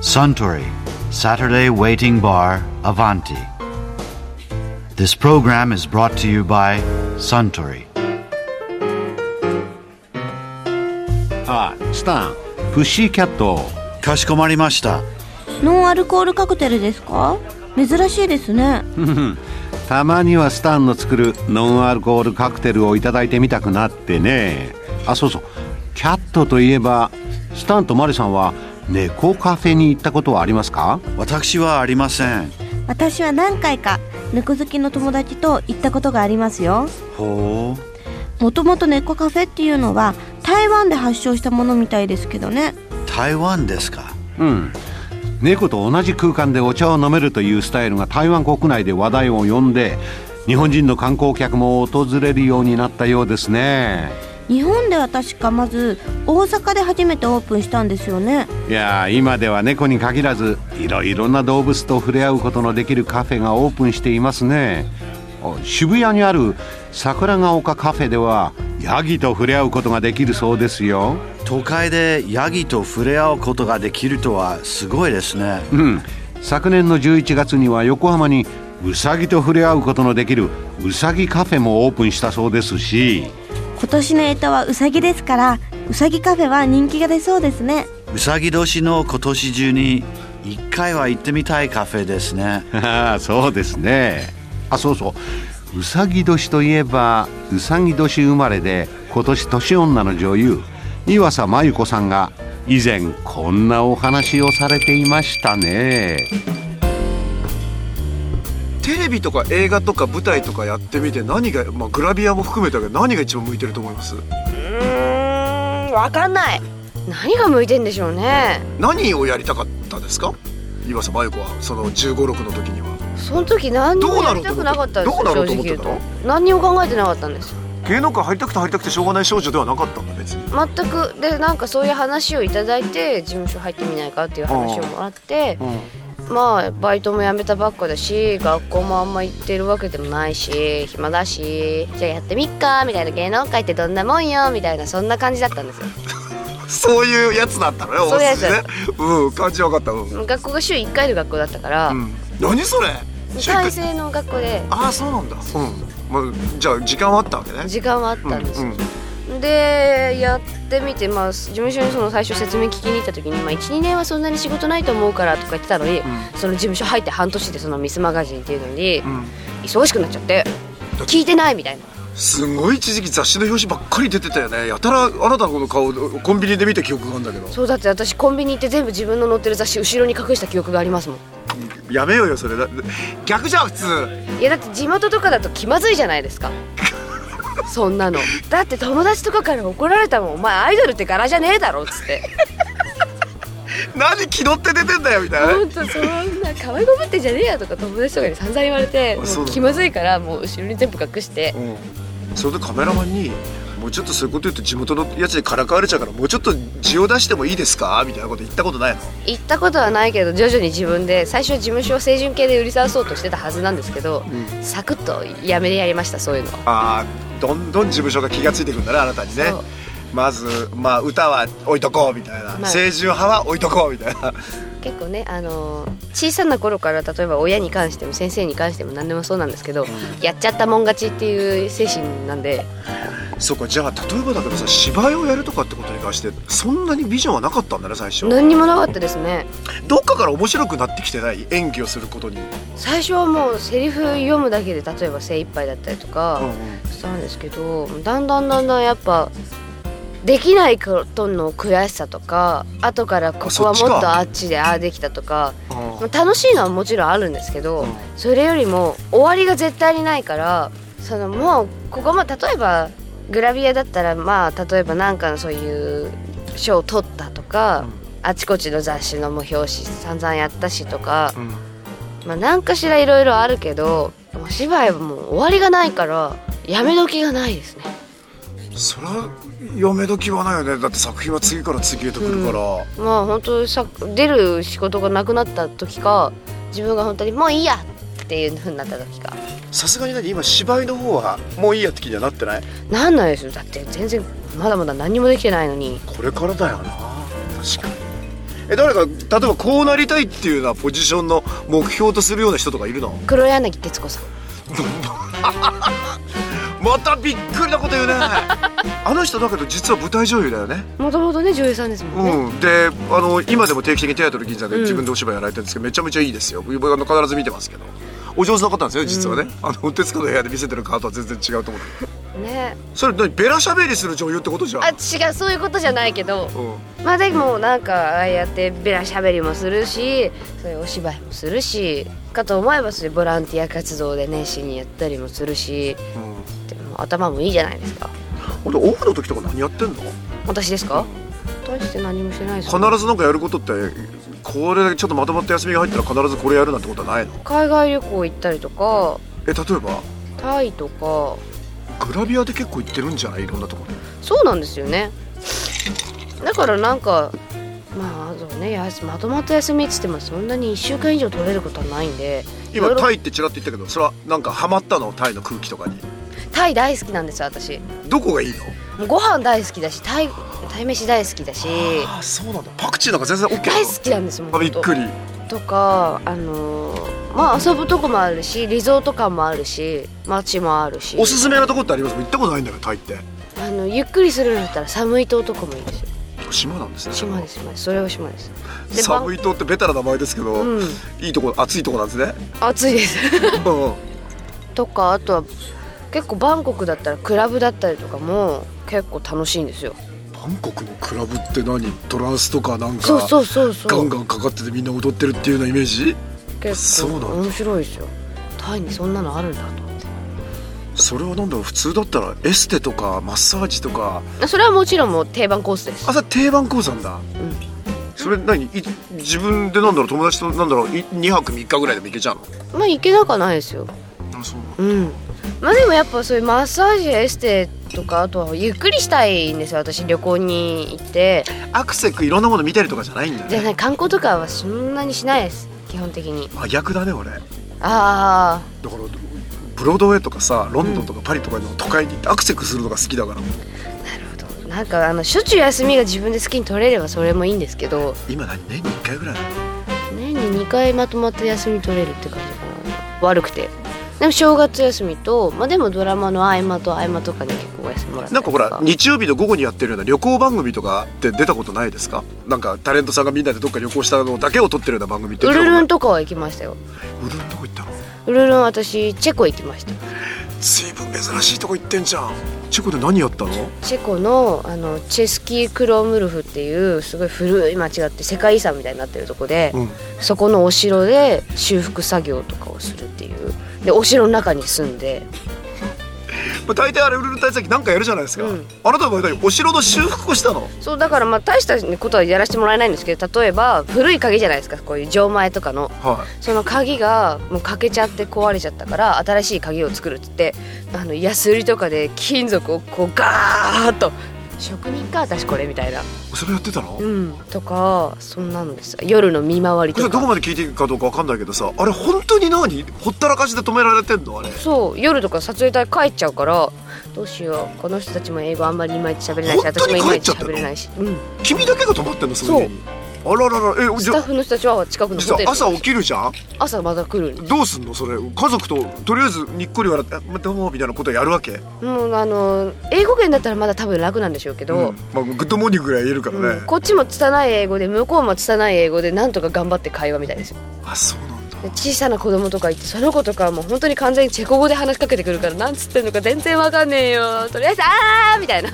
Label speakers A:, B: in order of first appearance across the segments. A: Suntory, Saturday Waiting Bar, Avanti. This program is brought to you by Suntory.
B: Ah, Stan, Pussycat Doll.
A: かしこまりました。
C: ノンアルコールカクテルですか珍しいですね
B: たまにはスタンの作るノンアルコールカクテルをいただいてみたくなってねあそうそうキャットといえばスタンとマリさんは猫カフェに行ったことはありますか
A: 私はありません。
C: 私は何回か猫好きの友達と行ったことがありますよ
A: ほう。
C: もともと猫カフェっていうのは台湾で発祥したものみたいですけどね
A: 台湾ですか
B: うん猫と同じ空間でお茶を飲めるというスタイルが台湾国内で話題を呼んで日本人の観光客も訪れるようになったようですね
C: 日本では確かまず大阪で初めてオープンしたんですよね
B: いやー今では猫に限らずいろいろな動物と触れ合うことのできるカフェがオープンしていますねあ渋谷にある桜ヶ丘カフェではヤギと触れ合うことができるそうですよ
A: 都会でヤギと触れ合うことができるとはすごいですね。
B: うん昨年の11月には横浜にウサギと触れ合うことのできるウサギカフェもオープンしたそうですし
C: 今年の干支はウサギですからウサギカフェは人気が出そうですね
A: うさぎ年の今年中に一回は行ってみたいカフェですね。
B: ああ そうですねあそうそううさぎ年といえばうさぎ年生まれで今年年女の女優岩佐真由子さんが以前こんなお話をされていましたね
D: テレビとか映画とか舞台とかやってみて何が、まあ、グラビアも含めたけど何が一番向いてると思います
E: うーんわかんない何が向いてんでしょうね
D: 何をやりたかったですか岩佐真由子はその1 5六6の時には
E: その時何にもやりたくなかったんです
D: ど
E: よ
D: うな
E: 正
D: ろうと思って
E: 直言
D: どうなろうと
E: うと
D: 思って
E: 何にも考えてなかったんですよ
D: 芸能界入りたくて入りたくてしょうがない少女ではなかったんだ別に
E: 全くでなんかそういう話をいただいて事務所入ってみないかっていう話をもらってまあバイトも辞めたばっかだし学校もあんま行ってるわけでもないし暇だしじゃあやってみっかみたいな芸能界ってどんなもんよみたいなそんな感じだったんですよ
D: そういうやつだったのよ
E: そういうや
D: お
E: つ
D: 筋ねうん感じわかったうん、
E: 学校が週1回の学校だったから、
D: うん、何それ
E: 2回生の学校で
D: ああそうなんだうん、まあ、じゃあ時間はあったわけね
E: 時間はあったんですよ、
D: うんうん
E: でやってみて、まあ、事務所にその最初説明聞きに行った時に、まあ、12年はそんなに仕事ないと思うからとか言ってたのに、その事務所入って半年でそのミスマガジンっていうのに、忙しくなっちゃって聞いてないみたいな
D: すごい一時期雑誌の表紙ばっかり出てたよねやたらあなたのこの顔コンビニで見た記憶があるんだけど
E: そうだって私コンビニ行って全部自分の載ってる雑誌後ろに隠した記憶がありますもん
D: やめようよそれだ逆じゃん普通
E: いやだって地元とかだと気まずいじゃないです かそんなのだって友達とかから怒られたもんお前アイドルって柄じゃねえだろっつって
D: 何気取って出てんだよみたいな
E: 本当そんな可愛いごぶってんじゃねえやとか友達とかに散々言われても
D: あそうな
E: う
D: んだ
E: 気まずいからもう後ろに全部隠して
D: うんそれでカメラマンに「もうちょっとそういうこと言うと地元のやつにからかわれちゃうからもうちょっと字を出してもいいですか?」みたいなこと言ったことないの
E: 行ったことはないけど徐々に自分で最初は事務所を清純系で売りさわそうとしてたはずなんですけど、サクッとやめてやりましたそういうのは
D: あーどんどん事務所が気がついてくんだねあなたにね
E: そう
D: まず、まあ、歌は置いとこうみたいな、
E: まあ
D: 青春派は置いとこうみたいな
E: 結構ねあのー小さな頃から例えば親に関しても先生に関しても何でもそうなんですけどやっちゃったもん勝ちっていう精神なんで
D: そっかじゃあ例えばだけどさ芝居をやるとかってことに関してそんなにビジョンはなかったんだね最初
E: 何にもなかったですね
D: どっかから面白くなってきてない演技をすることに、
E: 最初はもうセリフ読むだけで例えば精一杯だったりとか、
D: うんうん
E: したんですけどだんだんだんだんやっぱできないことの悔しさとか後からここは
D: あそっち
E: も
D: か
E: っとあっちでああできたとか
D: あ
E: まあ楽しいのはもちろんあるんですけど、
D: うん
E: それよりも終わりが絶対にないからそのもうここも例えばグラビアだったらまあ例えばなんかのそういう賞を取ったとか、あちこちの雑誌のもう表紙散々やったしとか、
D: ん
E: まあ何かしらいろいろあるけどお芝居はもう終わりがないからやめ時がないですね。
D: それは嫁時はないよねだって作品は次から次へと来るから、
E: まあ本当さ出る仕事がなくなった時か自分が本当にもういいやっていう風になった時か
D: さすがに何今芝居の方はもういいやって気にはなってない
E: なんないですよだって全然まだまだ何にもできてないのに
D: これからだよな確かにえ誰か例えばこうなりたいっていうようなポジションの目標とするような人とかい るの
E: 黒柳徹子さん
D: またびっくりなこと言うねあの人だけど実は舞台女優だよね
E: もともとね女優さんですもんね、
D: うん、であの今でも定期的にテアトル銀座で自分でお芝居やられてるんですけど、めちゃめちゃいいですよ僕あの必ず見てますけどお上手な方なんですよ実はね、あの徹子の部屋で見せてる方とは全然違うと思う
E: ね
D: それ何ベラしゃべりする女優ってことじゃん
E: あ違うそういうことじゃないけど
D: うん
E: まあでもなんかああやってベラしゃべりもするしそういうお芝居もするしかと思えばそういうボランティア活動で熱心にやったりもするしでも頭もいいじゃないですか
D: 俺オフの時とか何やってんの
E: 私ですか大して何もしてないですよ
D: 必ずなんかやることってこれだけちょっとまとまった休みが入ったら必ずこれやるなんてことはないの
E: 海外旅行行ったりとか
D: え例えば
E: タイとか
D: グラビアで結構行ってるんじゃないいろんなところ
E: そうなんですよねだからなんかまああとねやすまとまった休みっつってもそんなに1週間以上取れることはないんでい
D: 今
E: ろいろ
D: タイってちらっと言ったけどそれはなんかハマったのタイの空気とかに
E: タイ大好きなんですよ私
D: どこがいいの
E: もうご飯大好きだしタイタイ飯大好きだし
D: あそうなんだパクチーなんか全然 OK
E: 大好きなんですもん
D: あびっく
E: り
D: り
E: とかあのーまあ遊ぶとこもあるしリゾート感もあるし街もあるし
D: おすすめなとこってあります行ったことないんだよタイって
E: あのゆっくりするんだったら寒い島とかもいいですよ
D: 島なんですね
E: 島です島ですそれは島ですで
D: 寒い島ってベタな名前ですけど、
E: うん
D: いいとこ暑いとこなんです ね
E: ばん暑いです
D: うん
E: とかあとは結構バンコクだったらクラブだったりとかも結構楽しいんですよ
D: バンコクのクラブって何トランスとかなんか
E: そうそうそうそ
D: ガ
E: う
D: ンガンかかっててみんな踊ってるっていうようなイメージ
E: 結
D: そうなんだ
E: 構面白いですよタイにそんなのあるんだと思って
D: それはなんだろう普通だったらエステとかマッサージとか
E: あそれはもちろんもう定番コースです
D: あそれ定番講座なんだ、それ何い自分でなんだろう友達となんだろうい2泊3日ぐらいでも行けちゃうの
E: まあ行けなくはないですよ
D: あそう
E: うんまあでもやっぱそういうマッサージやエステとかあとはゆっくりしたいんですよ私旅行に行って
D: アクセクいろんなもの見たりとかじゃないんだよ
E: で
D: ね
E: ね観光とかはそんなにしないです基本的に
D: 真逆だね俺だか
E: あ
D: らブロードウェイとかさロンドンとかパリとかの都会に行ってアクセクするのが好きだから
E: あなるほどなんかあのしょっちゅう休みが自分で好きに取れればそれもいいんですけど
D: 今何年に1回ぐらいなの
E: 年に2回まとまった休み取れるって感じかな悪くてでも正月休みとまあでもドラマの合間と合間とかに結構お休みもらった
D: な
E: り
D: ん
E: と
D: かほら日曜日の午後にやってるような旅行番組とかって出たことないですかなんかタレントさんがみんなでどっか旅行したのだけを撮ってるような番組って
E: ウルルン
D: と
E: とかは行きましたよ
D: ウルルンどこ行ったの
E: ウルルン私チェコ行きました
D: 随分珍しいとこ行ってんじゃんチェコで何やったの
E: チェコのあのチェスキー・クロムルフっていうすごい古い町があって世界遺産みたいになってるとこで、
D: うん
E: そこのお城で修復作業とかをするっていうでお城の中に住んで
D: まあ、大体あれウルルン滞在期なんかやるじゃないですか、
E: うん
D: あなたの場合お城の修復をしたの
E: そうだからまあ大したことはやらせてもらえないんですけど例えば古い鍵じゃないですかこういう錠前とかの
D: は
E: その鍵がもう欠けちゃって壊れちゃったから新しい鍵を作るっつってあのヤスリとかで金属をこうガーッと職人か私これみたいな。
D: いそれやってたの、
E: うん、とかそんなんです夜の見回り
D: これど
E: と
D: こ
E: か
D: まで聞いていくかどうかわかんないけどさあれ本当に何ほったらかしで止められてんのあれ
E: そう夜とか撮影隊帰っちゃうからどうしようこの人たちも英語あんまりいまいち喋れないし
D: 本当
E: 私
D: に
E: もいまいち
D: 帰っちゃったの
E: 喋れないし、うん、
D: 君だけが止まってんのそういう家にあらららえ
E: ス
D: じ
E: タッ
D: ゃ
E: フの人たちは近くの
D: 実
E: ホ
D: は
E: テル
D: 朝起きるじゃん
E: 朝また来るの
D: どうすんのそれ家族ととりあえずにっこり笑ってあ「どうも」みたいなことやるわけ、
E: もうあの英語圏だったらまだ多分楽なんでしょうけ
D: うん
E: ど、
D: まあ、グッドモーニングぐらい言えるからね、
E: こっちも拙い英語で向こうも拙い英語でなんとか頑張って会話みたいですよ
D: あそうなんだ
E: で小さな子供とかいてその子とかはもう本当に完全にチェコ語で話しかけてくるからなんつってんのか全然わかんねえよとりあえずあーみたいな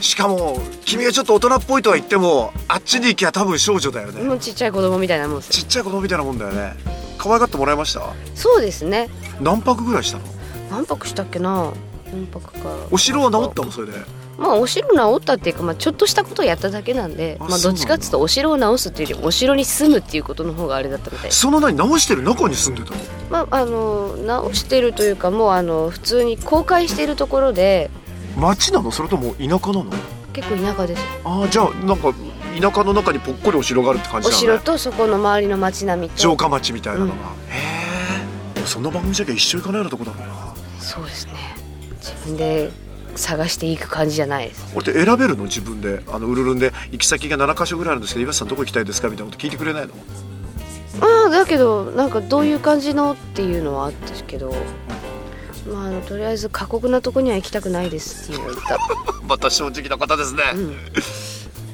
D: しかも君がちょっと大人っぽいとは言ってもあっちに行きゃ多分少女だよね、
E: もうちっちゃい子供みたいなもんですよ
D: ちっちゃい子供みたいなもんだよね可愛がってもらいました
E: そうですね
D: 何泊ぐらいしたの
E: 何泊したっけな何泊か
D: お城は治ったのそれで
E: まあお城治ったっていうか、まあ、ちょっとしたことをやっただけなんで
D: あ
E: まあ、
D: そうなん
E: どっ
D: だ
E: ちかっつうとお城を直すっていうよりお城に住むっていうことの方があれだったみたいです
D: その何直してる中に住んでたの
E: まああの直してるというかもうあの普通に公開してるところで
D: 町なのそれとも田舎なの
E: 結構田舎です
D: ああじゃあなんか田舎の中にぽっこりお城があるって感じ
E: お
D: だよ
E: 城
D: ね
E: とそこの周りの街並みと
D: 城下町みたいなのが、
E: うん
D: へえそんな番組じゃけ一生行かないようなとこだもんな
E: そうですね自分で探していく感じじゃないです
D: これって選べるの自分であのうるるんで行き先が7か所ぐらいあるんですけど岩瀬さんどこ行きたいですかみたいなこと聞いてくれないの
E: まあだけどなんかどういう感じのっていうのはあったけど、まあ、あのとりあえず過酷なとこには行きたくないですっていうのは言った
D: また正直な方ですね、
E: ん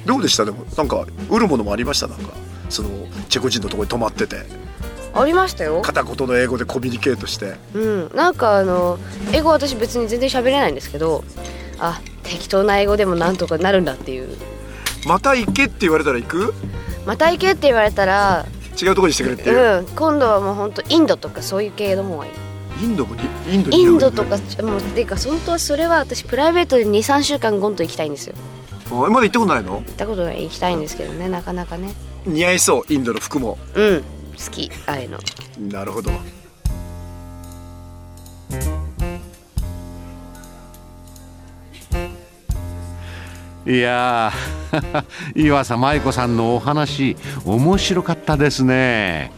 D: どうでしたでもなんか売るものもありましたなんかそのチェコ人のところに泊まってて
E: ありましたよ、
D: 片言の英語でコミュニケートして
E: うん、なんかあの英語は私別に全然喋れないんですけどあ適当な英語でもなんとかなるんだっていう
D: また行けって言われたら行く
E: また行けって言われたら、
D: 違うところにしてくれっていう、
E: うん、今度はもう本当インドとかそういう系の方がいい
D: インドもにインドに
E: インドとかもうていうか本当はそれは私プライベートで23週間ゴンと行きたいんですよ
D: あまだ行ったことないの
E: 行ったことない行きたいんですけどねなかなかね
D: 似合いそうインドの服も
E: うん好きああいうの
D: なるほど
B: いやー 岩佐舞子さんのお話面白かったですね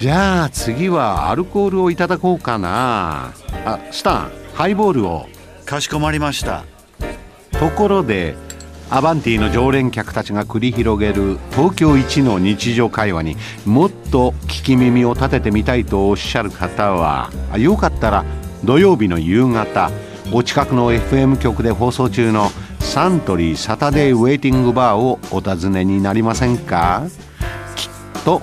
B: じゃあ次はアルコールをいただこうかなあスタンハイボールを
A: かしこまりました
B: ところでアバンティの常連客たちが繰り広げる東京一の日常会話にもっと聞き耳を立ててみたいとおっしゃる方はあよかったら土曜日の夕方お近くの FM 局で放送中のサントリーサタデーウェイティングバーをお尋ねになりませんかきっと